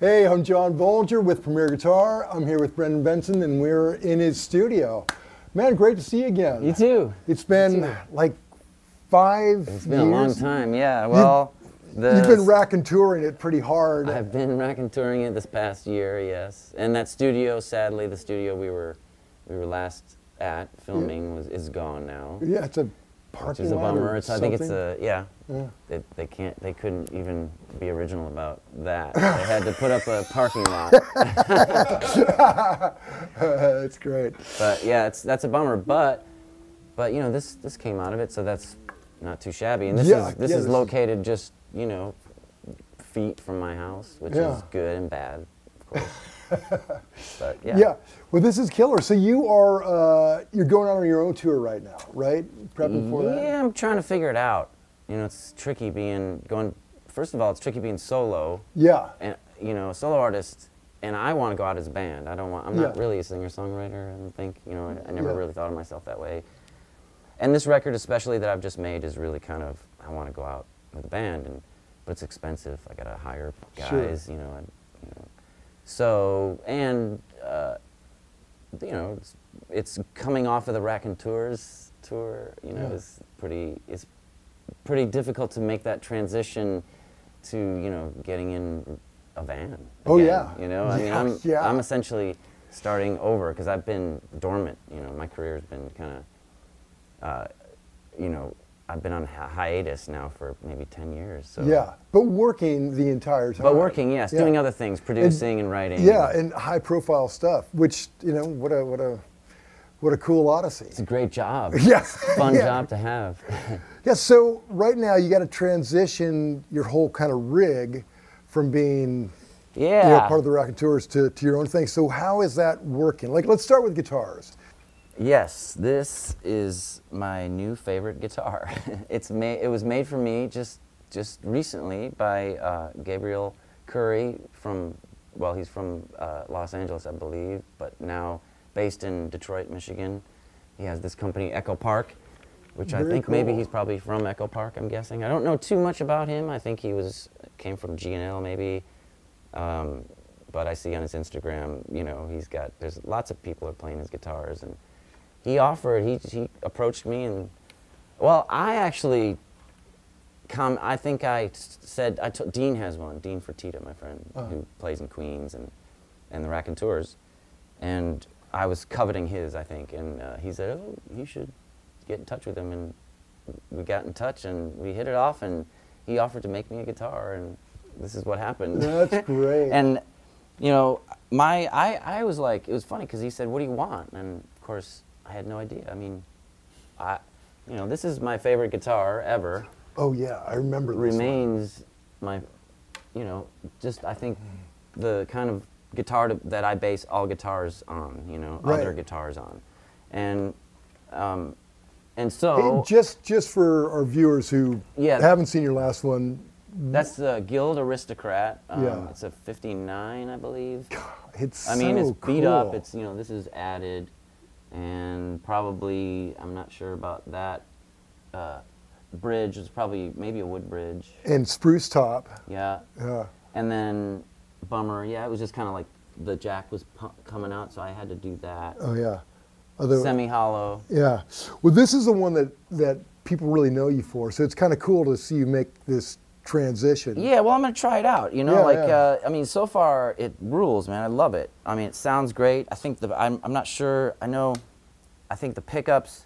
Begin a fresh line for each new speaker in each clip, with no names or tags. Hey, I'm John Bolger with Premier Guitar. I'm here with Brendan Benson, and we're in his studio. Man, great to see you again.
You too.
It's been like five.
It's been a long
years.
time. Yeah. Well, the
You've been racking touring it pretty hard.
I've been rack and touring it this past year. Yes. And that studio, sadly, the studio we were we were last at filming was is gone now,
yeah, it's a
which
parking
is a
lot or
bummer. It's, I think it's
something.
a yeah. They, they can't. They couldn't even be original about that. they had to put up a parking lot.
That's great.
But yeah, it's that's a bummer. But but you know this this came out of it, so that's not too shabby. And this
Yeah,
is this
yeah,
is
this-
located just you know feet from my house, which
Yeah.
is good and bad, of course. but yeah.
Yeah. Well, this is killer. So you are uh, you're going out on your own tour right now, right? Prepping for that.
Yeah, I'm trying to figure it out. You know, it's tricky being going. First of all, it's tricky being solo.
Yeah.
and you know, solo artist, and I want to go out as a band. I don't want. I'm not
Yeah.
really a singer songwriter. I don't think. You know, I, I never
Yeah.
really thought of myself that way. And this record, especially that I've just made, is really kind of. I want to go out with a band, and but it's expensive. I gotta hire
Sure.
guys. You know, I, you know. So and uh, you know, it's, it's coming off of the Rack and Tours tour. You know,
Yeah.
is pretty. It's pretty difficult to make that transition to you know getting in a van.
Oh,
again,
yeah.
you know I mean
Yeah,
I'm
yeah.
I'm essentially starting over because I've been dormant. You know my career has been kind of, uh, you know I've been on hi- hiatus now for maybe ten years. So
Yeah. But working the entire time.
but working yes,
Yeah.
doing other things, producing and, writing.
Yeah, and high profile stuff, which you know, what a what a what a cool odyssey.
it's a great job.
Yeah.
fun
Yeah.
job to have.
Yeah, so right now you got to transition your whole kind of rig from being
yeah,
you know, part of the rock and tours to, to your own thing. So how is that working? Like, let's start with guitars.
Yes, this is my new favorite guitar. it's ma- it was made for me just just recently by uh, Gabriel Curry from well, he's from uh, Los Angeles, I believe, but now based in Detroit, Michigan. He has this company Echo Park, which I
Very
think maybe
cool.
he's probably from Echo Park. I'm guessing. I don't know too much about him. I think he was came from GNL maybe. Um, but I see on his Instagram, you know, he's got there's lots of people are playing his guitars, and he offered, he he approached me, and well, I actually, com- I think I s- said I t- Dean has one, Dean Fertitta, my friend, who plays in Queens and and the Rack and Tours, and I was coveting his, I think, and uh, he said, oh, you should get in touch with him, and we got in touch, and we hit it off, and he offered to make me a guitar, and this is what happened.
That's great.
And you know, my I, I was like, it was funny because he said, "What do you want?" And of course, I had no idea. I mean, I, you know, this is my favorite guitar ever.
Oh yeah, I remember this. one.
Remains my, you know, just I think the kind of guitar to, that I base all guitars on. You know, other
Right.
guitars on, and um, and
Hey,
so
just just for our viewers who
Oh. Yeah.
haven't seen your last one,
that's the Guild Aristocrat. Um,
Yeah.
It's a '59, I believe.
it's
I mean,
so
it's beat up.
cool.
It's you know, this is added, and probably I'm not sure about that uh, bridge. It's probably maybe a wood bridge.
and spruce top.
Yeah.
Yeah.
And then bummer. Yeah, it was just kind of like the jack was pu- coming out, so I had to do that.
Oh yeah. Other,
Semi hollow.
Yeah. Well, this is the one that that people really know you for. So it's kind of cool to see you make this transition.
Yeah, well, I'm gonna try it out. You know,
Yeah,
like
yeah.
Uh, I mean, so far it rules, man. I love it. I mean, it sounds great. I think the I'm I'm not sure. I know, I think the pickups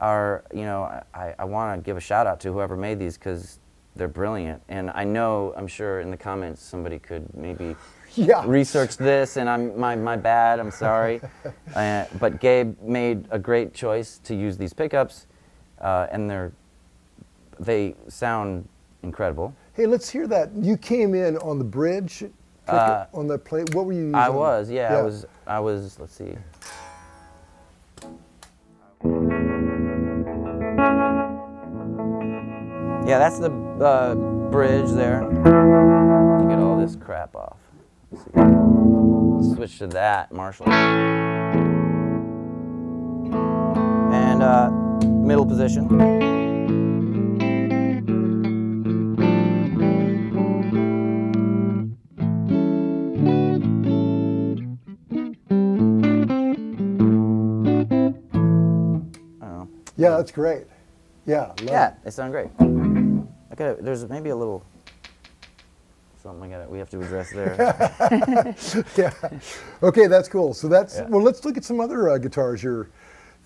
are. You know, I- I I want to give a shout out to whoever made these because they're brilliant. And I know I'm sure in the comments somebody could maybe.
Yeah.
Research this, and I'm my my bad. I'm sorry, uh, but Gabe made a great choice to use these pickups, uh, and they're they sound incredible.
Hey, let's hear that. You came in on the bridge, pick- on the play. What were you? Using?
Uh, I was, yeah, I was, I was. Let's see. Yeah, that's the uh, bridge there. Get all this crap off. Let's see. Switch to that, Marshall. And uh, middle position.
Yeah, that's great. Yeah. love
yeah,
it.
they sound great. I got there's maybe a little something I got we have to address there.
yeah. Okay, that's cool. So that's
Yeah.
well. Let's look at some other uh, guitars you're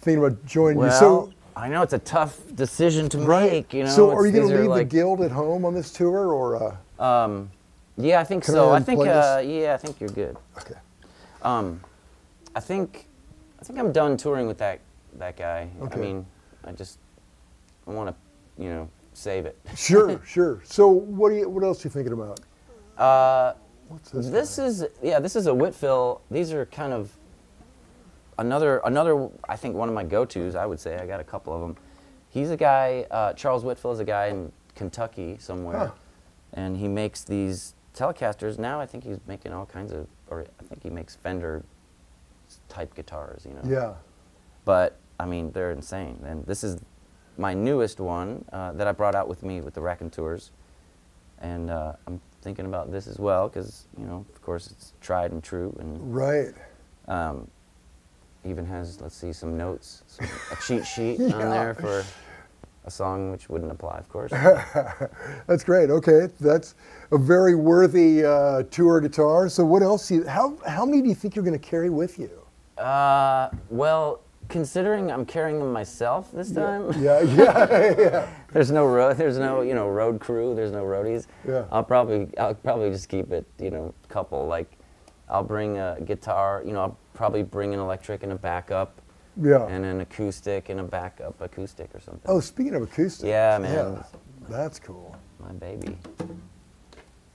thinking about joining.
well,
so
I know it's a tough decision to make. You know,
so are you
it's-
going
these
to leave
like-
the guild at home on this tour, or uh,
Um, yeah, I think
Can
so.
I
I think
play this?
uh, yeah, I think you're good.
okay?
Um, I think I think I'm done touring with that that guy.
Okay.
I mean, I just I want to you know save it.
Sure, sure. So what do you? What else are you thinking about?
Uh,
What's this?
This is yeah. This is a Whitfield. These are kind of another another. I think one of my go-to's. I would say I got a couple of them. He's a guy. Uh, Charles Whitfield is a guy in Kentucky somewhere,
Huh.
and he makes these Telecasters. Now I think he's making all kinds of, or I think he makes Fender type guitars. You know.
Yeah.
But I mean, they're insane. And this is my newest one uh, that I brought out with me with the Raconteurs. And uh, I'm thinking about this as well because, you know, of course, it's tried and true and
Right.
um, even has, let's see, some notes, some, a cheat sheet
Yeah.
on there for a song which wouldn't apply, of course.
That's great. Okay, that's a very worthy uh, tour guitar. So what else? You, how how many do you think you're going to carry with you?
uh, well, considering I'm carrying them myself this time.
Yeah, yeah, yeah.
There's no road. There's no you know road crew. There's no roadies.
Yeah.
I'll probably I'll probably just keep it you know couple. Like I'll bring a guitar. You know I'll probably bring an electric and a backup.
Yeah.
And an acoustic and a backup acoustic or something.
Oh, speaking of acoustic.
Yeah, man.
that's cool.
My baby.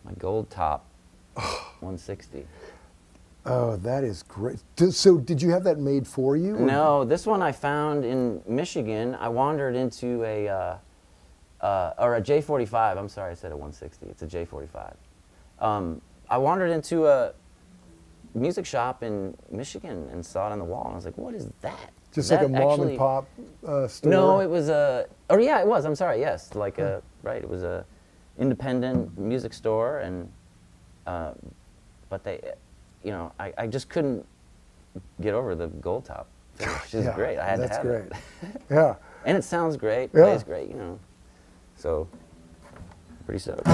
My gold top. 160.
Oh, that is great. D- So did you have that made for you? or-
No, this one I found in Michigan. I wandered into a, uh, uh, or a J45. I'm sorry, I said a 160. It's a J45. Um, I wandered into a music shop in Michigan and saw it on the wall, and I was like, "What is that?"
Just
That
like a mom
actually-
and pop uh, store.
No, it was a. Oh yeah, it was. I'm sorry. Yes, like a right. It was a independent music store, and uh, but they, you know, I, I just couldn't get over the gold top. Which is
Yeah,
great. I had
that's
to have
great.
it.
yeah.
And it sounds great,
Yeah.
plays great, you know. So, pretty stoked.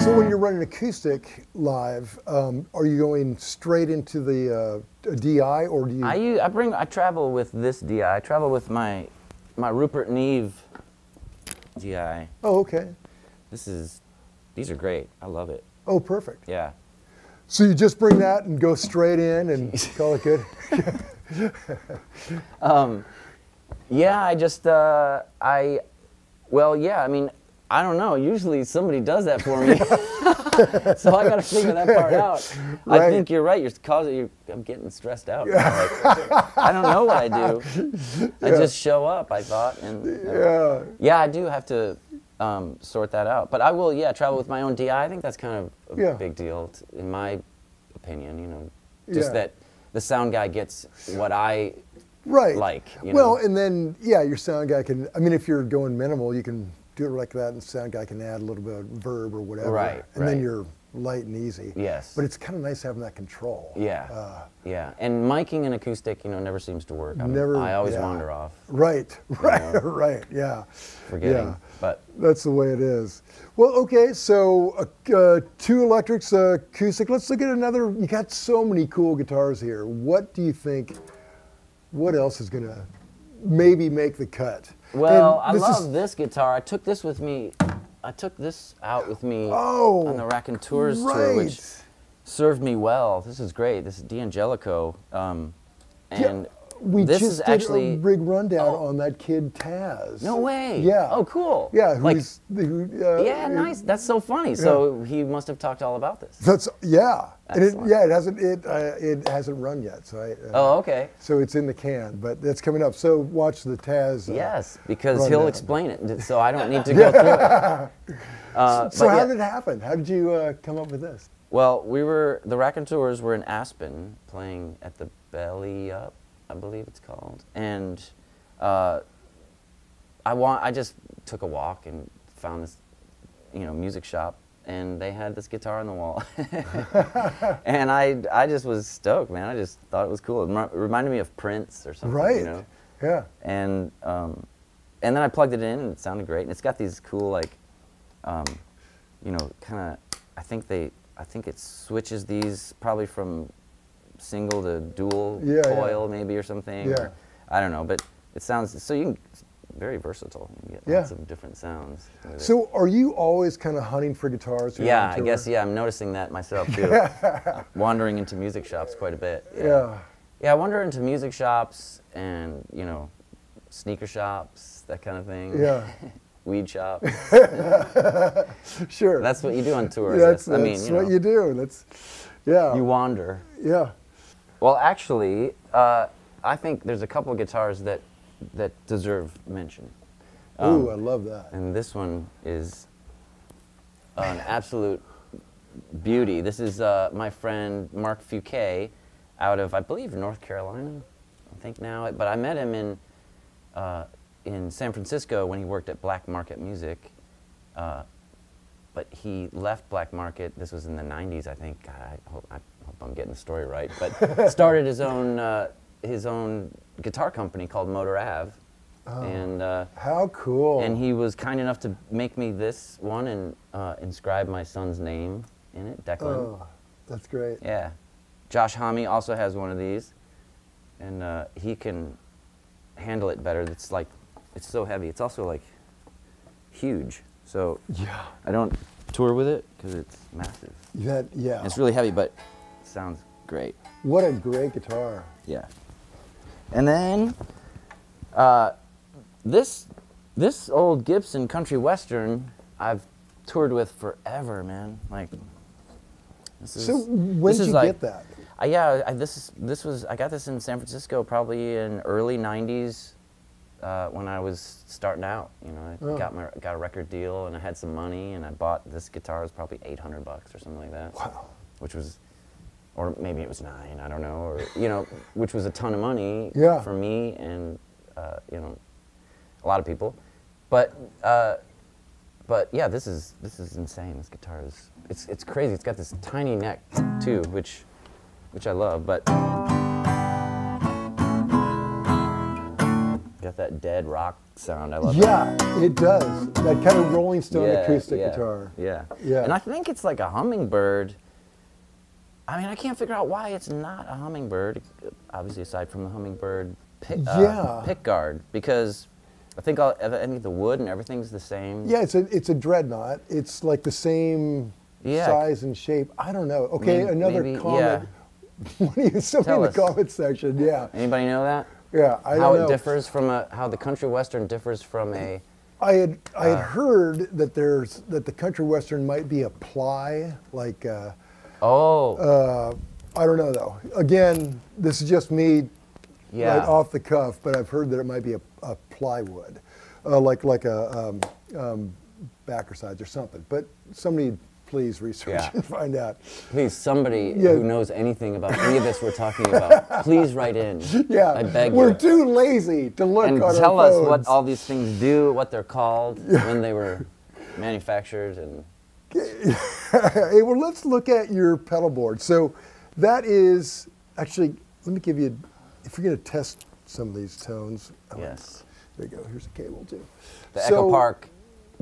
So when you're running acoustic live, um, are you going straight into the uh, DI or do you?
I, u- I bring I travel with this DI. I travel with my my Rupert Neve DI.
oh, okay.
This is these are great. I love it.
Oh, perfect.
Yeah.
So you just bring that and go straight in and call it good.
Yeah, I just uh, I well, yeah, I mean, I don't know. Usually somebody does that for me. so I got to figure that part out. I
Right.
think you're right. You're causing you I'm getting stressed out. Like, I don't know what I do. I just show up, I thought, and uh,
yeah.
yeah, I do have to um, sort that out. But I will, yeah, travel with my own DI. I think that's kind of a
Yeah.
big deal, t- in my opinion. You know, just
Yeah.
that the sound guy gets what I
Right.
like, you
well,
know.
and then yeah, your sound guy can. I mean, if you're going minimal, you can do it like that, and sound guy can add a little bit of verb or whatever.
Right,
And then
right.
you're light and easy.
Yes.
But it's kind of nice having that control.
Yeah.
Uh,
yeah. And miking and acoustic, you know, never seems to work. I'm,
Never-
I always
yeah.
wander off,
right. Right.
Yeah.
Right. Yeah.
forgetting.
Yeah.
But
That's the way it is. Well, okay, so uh, uh, two electrics, uh, acoustic. Let's look at another. You got so many cool guitars here. What do you think? What else is gonna maybe make the cut?
well, I
And
love
is-
this guitar. I took this with me. I took this out with me
Oh,
on the Raconteurs tour, which
right.
served me well. This is great. This is D'Angelico. Um, and
we
this
just
is
did
actually Oh.
a big rundown on that kid Taz.
no way.
Yeah.
Oh, cool.
Yeah.
Like,
Who's the, who, uh,
yeah, nice. That's so funny. So he must have talked all about this.
That's yeah. And it,
Excellent.
yeah, it hasn't it uh, it hasn't run yet, so I. Uh,
Oh, okay.
So it's in the can, but that's coming up. So watch the Taz. uh,
Yes, because
run
he'll
down.
explain it, so I don't need to go through it. Uh,
So
but
how
yeah.
did it happen? How did you uh, come up with this?
Well, we were the Raconteurs were in Aspen playing at the Belly Up, I believe it's called, and uh, I want I just took a walk and found this, you know, music shop and they had this guitar on the wall. and I, I just was stoked, man. I just thought it was cool. It remi- reminded me of Prince or something,
right.
Uh, you know?
Yeah.
And, um, and then I plugged it in and it sounded great. And it's got these cool, like, um, you know, kind of, I think they, I think it switches these probably from single to dual
Yeah, yeah.
coil maybe or something.
Yeah.
or- I don't know, but it sounds, so you can, it's very versatile. You can get
Yeah.
lots of different sounds. with it.
So are you always kind of hunting for guitars? when you're on
Yeah, I
tour?
guess. Yeah, I'm noticing that myself too. Wandering into music shops quite a bit.
Yeah.
Yeah, I wander into music shops and you know, sneaker shops, that kind of thing.
Yeah.
Weed shops.
Sure.
That's what you do on tour. I
that's,
guess. I mean,
that's
you
what
know,
you do. That's yeah.
you wander.
yeah.
Well, actually, uh, I think there's a couple of guitars that that deserve mention. Um,
Ooh, I love that.
And this one is an absolute beauty. This is uh, my friend Mark Fouquet out of, I believe, North Carolina, I think now. But I met him in, uh, in San Francisco when he worked at Black Market Music. Uh, but he left Black Market, this was in the 90s, I think. God, I hope, I hope I'm getting the story right. But started his own, uh, his own guitar company called Motor Ave. And uh,
How cool.
and he was kind enough to make me this one and uh, inscribe my son's name in it, Declan.
Oh, that's great.
Yeah. Josh Hami also has one of these, and uh, he can handle it better. It's like, it's so heavy. It's also like huge. So
Yeah.
I don't tour with it because it's massive.
That yeah.
It's really heavy, but it sounds great.
what a great guitar.
Yeah. And then uh, this this old Gibson Country Western I've toured with forever, man. Like this is
So when
this
did
is
you
like-
get that?
I, yeah, I, this is this was I got this in San Francisco probably in early '90s uh, when I was starting out. You know, I
Oh.
got my got a record deal and I had some money and I bought this guitar. It was probably 800 bucks or something like that
Wow.
which was, or maybe it was nine, I don't know, or you know, which was a ton of money
Yeah.
for me and uh, you know, a lot of people, but uh, but yeah, this is this is insane. This guitar is it's it's crazy. It's got this tiny neck too, which which I love, but got that dead rock sound. I love. that.
Yeah, it does. That kind of Rolling Stone acoustic
yeah,
guitar.
Yeah.
Yeah.
And I think it's like a hummingbird. I mean, I can't figure out why it's not a hummingbird, obviously aside from the hummingbird pick,
Yeah.
uh, pick guard, because I think all, I think the wood and everything's the same.
Yeah, it's a it's a dreadnought. It's like the same
Yeah.
size and shape. I don't know. Okay,
Maybe-
another
maybe-
comment. What do you somebody
Tell
in the
us.
comment section? Yeah,
Anybody know that?
yeah. I
how
don't know.
it differs from a how the country western differs from a
I had I
uh,
had heard that there's that the country western might be a ply like. Uh,
oh
I don't know though. Again, this is just me
yeah
right off the cuff, but I've heard that it might be a, a plywood, uh, like like a um, um, backer sides or something. But somebody please research
Yeah.
and find out.
Please, somebody
Yeah.
who knows anything about any of this we're talking about, please write in.
Yeah,
I beg
we're
you.
too lazy to look
and
on
tell
our
us
phones.
what all these things do, what they're called, when they were manufactured, and
Hey, well, let's look at your pedal board. So that is actually. Let me give you. If you're going to test some of these tones, oh,
yes,
There you go. Here's a cable too.
the
So-
Echo Park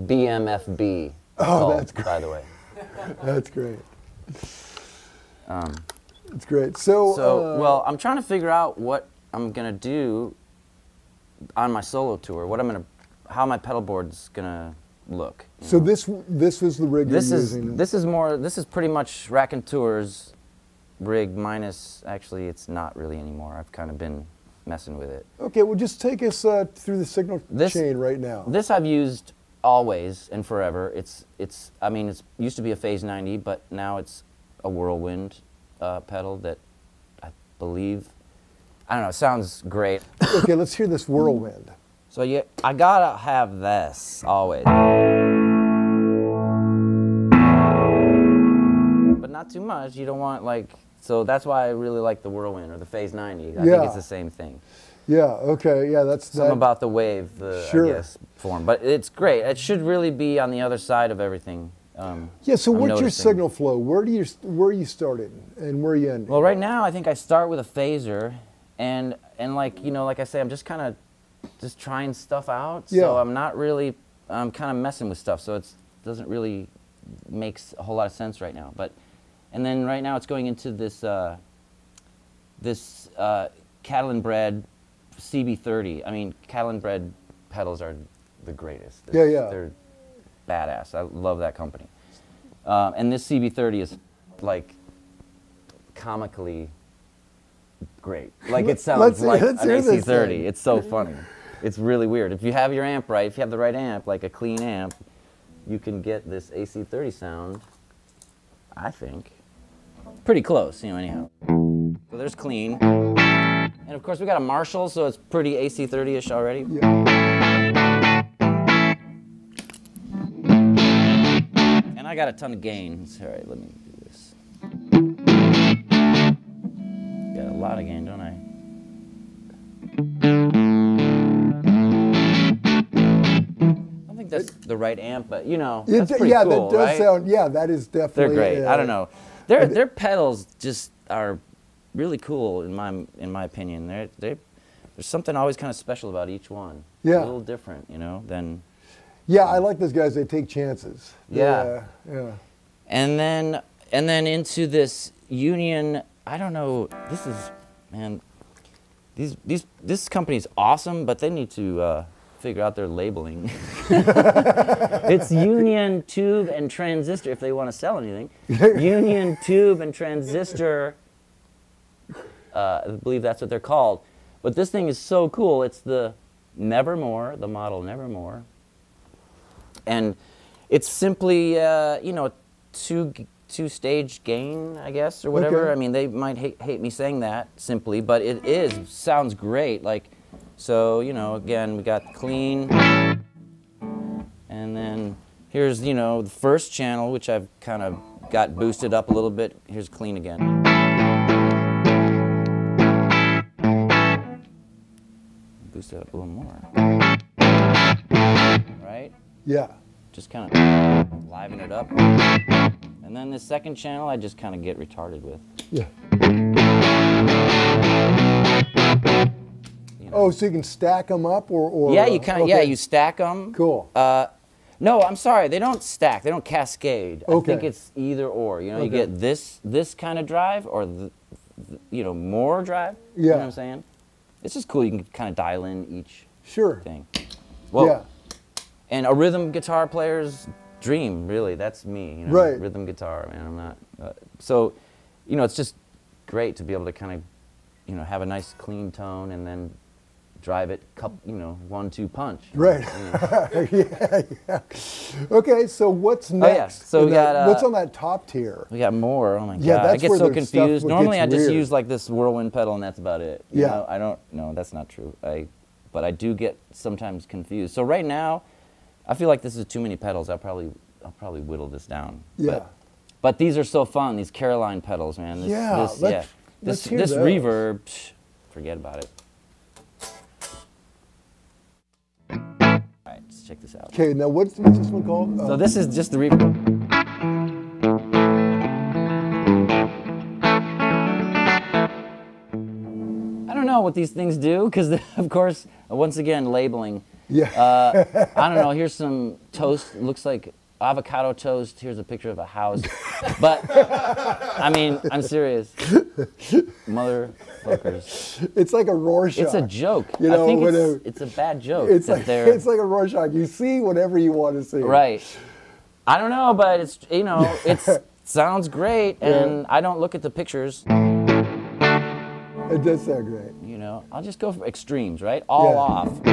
BMFB. it's
Oh,
called,
that's
by the way.
That's great.
Um,
That's great. So,
So,
uh,
well, I'm trying to figure out what I'm gonna do on my solo tour. What I'm gonna, how my pedal board's gonna look. you
so
know?
this this was the rig
this
you're
is
using.
this is more this is pretty much rack and tours rig minus actually it's not really anymore i've kind of been messing with it
okay. Well, just take us uh, through the signal
This-
chain right now.
this i've used always and forever it's it's i mean it's used to be a phase 90 but now it's a whirlwind uh, pedal that i believe i don't know it sounds great
okay, let's hear this whirlwind.
so yeah i gotta have this always but not too much. You don't want like so that's why I really like the whirlwind or the phase 90. I
Yeah.
think it's the same thing.
Yeah. Okay. Yeah. That's
Something
that-
about the wave, the I
Sure.
guess, form. But it's great. It should really be on the other side of everything. Um,
Yeah. So
I'm
what's your
noticing.
signal flow? Where do you where are you starting and where are you ending?
Well, right now I think I start with a phaser, and and like you know, like I say, I'm just kind of just trying stuff out.
Yeah.
So I'm not really, I'm kind of messing with stuff. So it doesn't really makes a whole lot of sense right now. But and then right now it's going into this uh, this uh, Catalan bred CB30. I mean, Catalan bred pedals are the greatest.
Yeah, yeah.
They're badass. I love that company. Um, and this CB30 is like comically great. Like it sounds
Let's-
like
let's
an
hear this
AC30.
thing.
It's so funny. It's really weird. If you have your amp right, if you have the right amp, like a clean amp, you can get this AC30 sound. I think pretty close, you know. Anyhow, so there's clean, and of course we got a Marshall, so it's pretty AC30ish already.
Yeah.
And I got a ton of gains. All right, let me do this. Got a lot of gain, don't I? I don't think that's the right amp, but you know,
It-
that's pretty
yeah,
cool,
that does
right?
sound. Yeah, that is
They're
definitely.
great.
uh,
I don't know. Their their pedals just are really cool in my in my opinion. They're, they there's something always kind of special about each one.
Yeah.
A little different, you know, than
Yeah, I like those guys. They take chances. They,
Yeah.
uh, yeah.
and then and then into this union i don't know this is man these these this company's awesome but they need to uh, figure out their labeling it's union tube and transistor if they want to sell anything union tube and transistor uh, i believe that's what they're called but this thing is so cool it's the nevermore the model nevermore and it's simply uh, you know two two stage gain i guess or whatever
Okay.
i mean they might hate, hate me saying that simply but it is sounds great like so you know again we got clean and then here's you know the first channel which i've kind of got boosted up a little bit here's clean again boost it up a little more right
Yeah.
just kind of liven it up. And then the second channel, I just kind of get retarded with.
Yeah.
You know.
Oh, so you can stack them up, or, or
yeah,
uh,
you kind of yeah,
okay.
you stack them.
Cool.
Uh, no, I'm sorry, they don't stack. They don't cascade. I think
Okay.
it's either or. You know, you
Okay.
get this this kind of drive or th th- you know more drive. You know what
Yeah.
I'm saying? It's just cool. You can kind of dial in each
sure.
thing. Well,
yeah.
and a rhythm guitar player's dream really that's me you know
Right.
rhythm guitar man i'm not uh, so you know it's just great to be able to kind of you know have a nice clean tone and then drive it cup you know one two punch
Right. yeah, yeah. Okay, so what's next?
Oh, so
in
we
that-
got, uh,
what's on that top tier?
we got more oh my
Yeah,
god i
that's
get
where
so
the stuff
confused
w-
normally i
gets
just
weird.
use like this whirlwind pedal and that's about it you
Yeah.
know, i don't no that's not true i but i do get sometimes confused so right now i feel like this is too many pedals i'll probably i'll probably whittle this down But-
Yeah.
But these are so fun. These Caroline pedals, man. This,
Yeah,
This,
let's-
yeah.
let's
This,
hear
this
those.
reverb, psh, forget about it. All right, let's check this out.
Okay, now what's, what's this one called? Uh,
So this is just the reverb. I don't know what these things do because, of course, once again, labeling.
Yeah.
Uh, I don't know. Here's some toast. Looks like avocado toast. Here's a picture of a house. But I mean, I'm serious. Motherfuckers.
it's like a Rorschach.
It's a joke.
You
I
know,
think
whatever.
it's, it's a bad joke.
It's
that
like,
they're-
it's like a Rorschach. You see whatever you want to see.
Right. I don't know, but it's you know, it's sounds great and I don't look at the pictures,
It does sound great.
you know. I'll just go for extremes, right? All
Yeah.
off.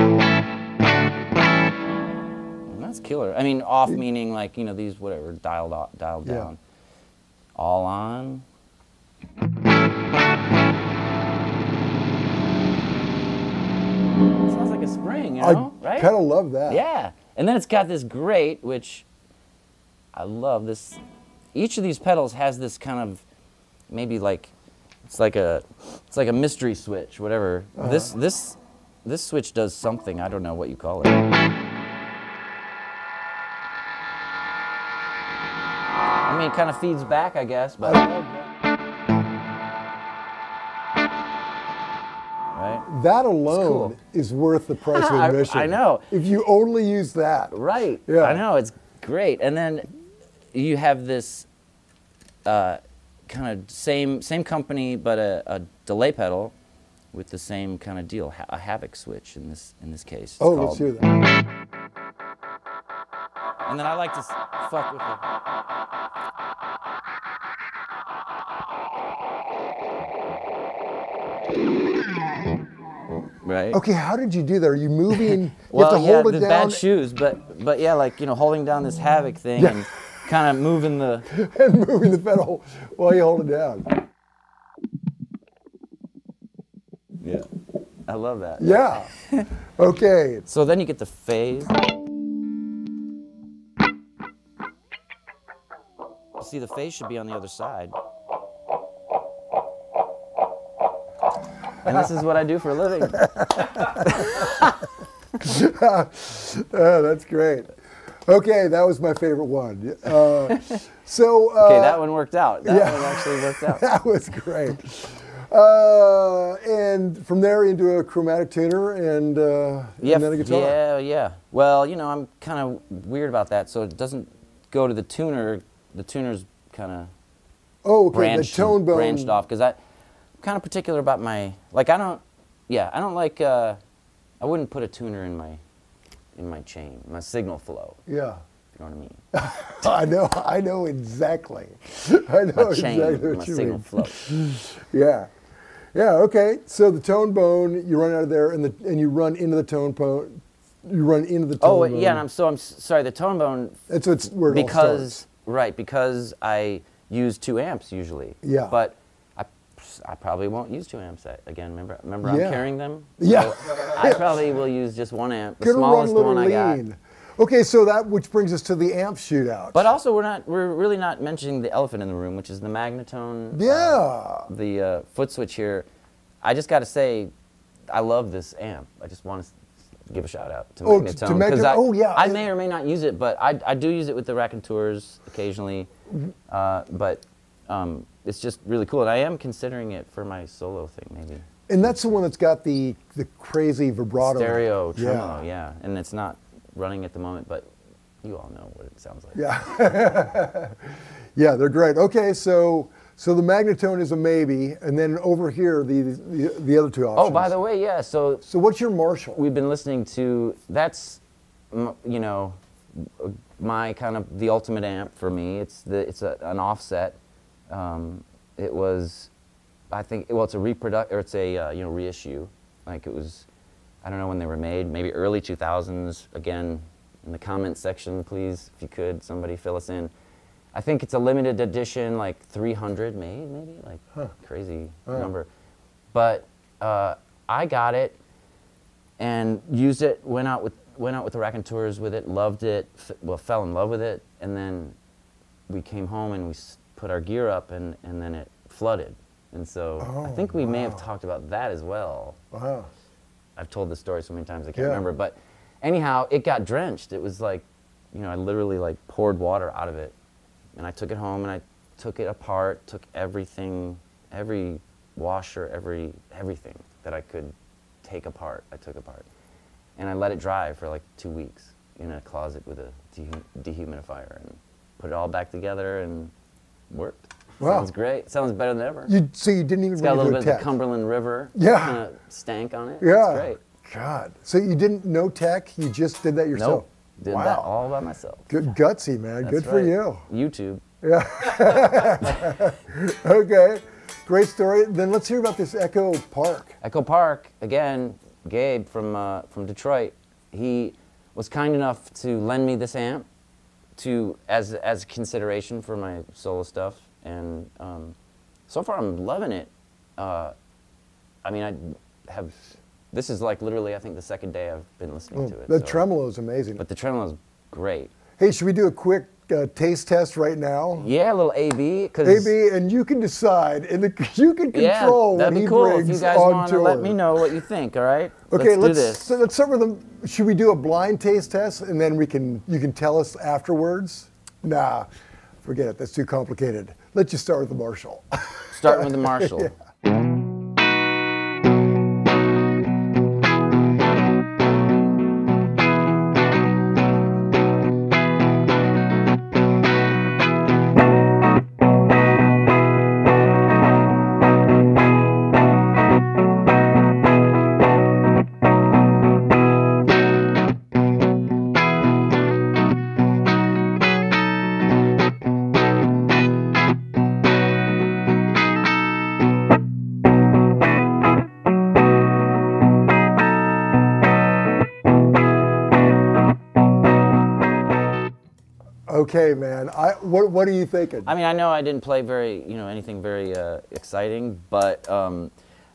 And that's killer. I mean, off meaning like, you know, these whatever dialed off, dialed
Yeah.
down. All on. Sounds like a spring, you know?
I
right?
kind of love that.
Yeah. And then it's got this great, which I love this. Each of these pedals has this kind of maybe like it's like a it's like a mystery switch, whatever. This this this switch does something, I don't know what you call it. mean, it kind of feeds back, I guess. But right,
That alone
cool.
is worth the price of
I-
admission.
I know.
If you only use that.
right.
Yeah.
I know it's great. And then you have this uh, kind of same same company, but a, a delay pedal with the same kind of deal, ha- a Havoc switch in this in this case. It's
Oh,
called-
let's hear that.
And then I like to s- fuck with the. Right.
Okay, how did you do that? Are you moving?
Well,
you have to
yeah,
hold
the
it down.
bad shoes, but but yeah, like you know, holding down this havoc thing
Yeah.
and kind of moving the.
and moving the pedal while you hold it down.
Yeah. I love that.
Yeah. Okay.
So then you get the phase. See, the phase should be on the other side.
And this is what I do for a living.
Oh, that's great. Okay, that was my favorite one. Uh, so uh,
Okay, that one worked out. That
yeah.
one actually worked out.
that was great. Uh, and from there into a chromatic tuner and, uh,
Yeah,
and then a
f-
guitar.
Yeah, yeah. Well, you know, I'm kind of weird about that, so it doesn't go to the tuner. The tuner's kind of
Oh, okay.
branched,
the tone bone.
branched off because I'm kind of particular about my like. I don't. Yeah, I don't like. Uh, I wouldn't put a tuner in my in my chain, my signal flow. If
Yeah.
you know what I mean?
I know. I know exactly. I know
My chain,
exactly
my
what you
signal
mean.
flow.
Yeah. Yeah, okay. So the tone bone, you run out of there and the and you run into the tone bone. You run into the tone
oh,
bone.
yeah. And I'm so I'm s- sorry. The tone bone
That's what's where it all
because
starts.
right because I use two amps usually.
Yeah.
But I, I probably won't use two amps I- again. Remember, remember
Yeah.
I'm carrying them.
Yeah.
So I probably will use just one amp, the
Gonna run a
smallest
little
one I got.
lean. Okay, so that which brings us to the amp shootout.
But also, we're not we're really not mentioning the elephant in the room, which is the magnetone. uh,
yeah.
the uh, foot switch here. I just got to say, I love this amp. I just want to give a shout out to
Oh, t- to
Magnetone. 'cause
Magnet-
I,
oh, yeah,
I
I-
may or may not use it, but I, I do use it with the raconteurs occasionally. Uh, but um, it's just really cool, and I am considering it for my solo thing maybe.
And that's the one that's got the the crazy vibrato.
Stereo tremolo, yeah. and it's not running at the moment, but you all know what it sounds like.
Yeah. Yeah, they're great. Okay, so so the magnetone is a maybe, and then over here the the, the other two options.
Oh, by the way, yeah. So
So what's your Marshall?
we've been listening to that's m- you know my kind of the ultimate amp for me it's the it's a, an offset um, it was i think well it's a reproduct or it's a uh, you know reissue like it was i don't know when they were made maybe early 2000s again in the comment section please if you could somebody fill us in i think it's a limited edition like 300 made maybe like crazy number but uh, i got it and used it. Went out with went out with the raconteurs with it. Loved it. F- well, fell in love with it, and then we came home and we s- put our gear up, and and then it flooded. And so I
Oh,
think we may have talked about that as well.
wow.
I've told this story so many times I can't
Yeah.
remember. But anyhow, it got drenched. It was like, you know, I literally like poured water out of it, and I took it home and I took it apart, took everything, every washer, every everything that I could take apart. I took apart, and I let it dry for like two weeks in a closet with a dehum- dehumidifier, and put it all back together and worked.
Wow.
Sounds great. Sounds better than ever.
You so you didn't even
it's got a
run
little
into
bit of
tech.
the Cumberland River
Yeah.
kind of stank on it.
Yeah.
It's great.
God. So you didn't know tech. You just did that yourself.
Nope. Did
wow.
that all by myself.
Good gutsy man.
That's
Good for
right.
you.
YouTube.
Okay. Great story. Then let's hear about this Echo Park.
Echo Park again. Gabe from uh, from Detroit. He was kind enough to lend me this amp to as as consideration for my solo stuff, and um, so far I'm loving it. Uh, I mean, I have. This is like literally, I think the second day I've been listening to it.
Oh, The
so-
tremolo is amazing.
but the tremolo is great.
hey, should we do a quick uh, taste test right now?
Yeah, a little AB because
Maybe, and you can decide, and the, you can control
yeah, that'd
what
be
he
cool
brings
if you guys
on
wanna
tour.
let me know what you think. All right.
Okay, let's
let's, do this.
so let's start with them. Should we do a blind taste test, and then we can you can tell us afterwards? Nah, Forget it. That's too complicated. Let's just start with the Marshall.
Starting with the Marshall.
okay, man. I what what are you thinking?
I mean, I know I didn't play very, you know, anything very uh, exciting, but um,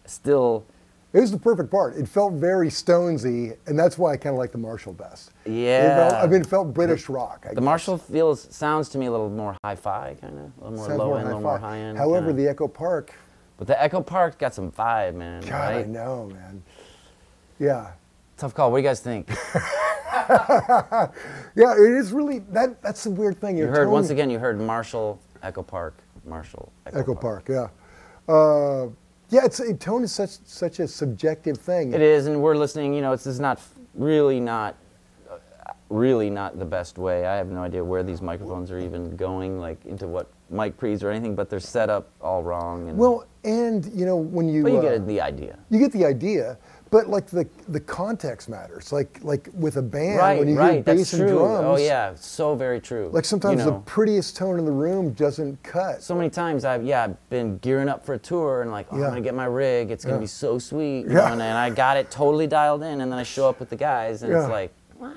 still,
It was the perfect part. It felt very Stonesy, and that's why I kind of like the Marshall best. It felt-
yeah.
I mean, it felt British rock. I
the
guess.
Marshall feels sounds to me a little more hi-fi, kind of a little more
Sounds
low
more
end, a little
hi-fi.
more high end.
However,
kinda.
the Echo Park.
but the Echo Park's got some vibe, man.
God, I
right?
know, man. Yeah,
Tough call. What do you guys think?
yeah. It is really that. That's the weird thing.
You heard once again. You heard Marshall Echo Park. Marshall
Echo Park. Yeah, uh, yeah. It's it, tone is such such a subjective thing.
It is, and we're listening. You know, it's, it's not f- really not uh, really not the best way. I have no idea where these microphones are even going, like into what mic pre's or anything, but they're set up all wrong. And,
Well, and you know when you
but you
uh,
get the idea.
you get the idea, but like the the context matters. Like like with a band
Right,
when you hear
right.
bass
That's
and
true.
drums.
oh yeah, so very true.
Like sometimes
you
the
know,
prettiest tone in the room doesn't cut.
so many times I've yeah I've been gearing up for a tour and like oh,
Yeah.
I'm gonna get my rig. It's gonna
Yeah.
be so sweet. you
Yeah.
know, and, and I got it totally dialed in, and then I show up with the guys, and
Yeah.
it's like what?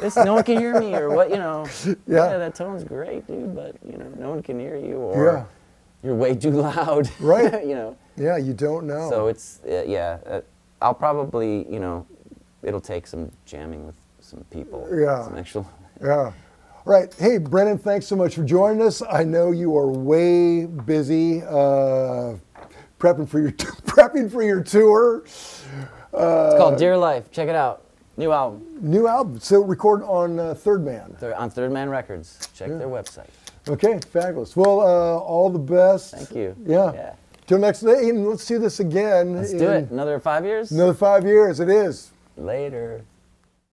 this no one can hear me or what you know. Yeah.
Yeah.
that tone's great, dude, but you know no one can hear you or
Yeah.
you're way too loud.
Right.
you know.
yeah, you don't know.
So it's uh, yeah. Uh, I'll probably you know it'll take some jamming with some people.
Yeah.
Some actual.
yeah. All right. Hey, Brennan, thanks so much for joining us. I know you are way busy uh, prepping for your prepping for your tour. Uh,
It's called Dear Life. Check it out. New album
New album. So record on uh, Third Man.
They're on Third Man Records. Check their website.
Okay, fabulous. Well, uh, all the best.
Thank you.
Yeah.
Yeah.
Till next day, and let's do this again.
Let's
in
do it. Another five years?
Another five years. It is.
Later.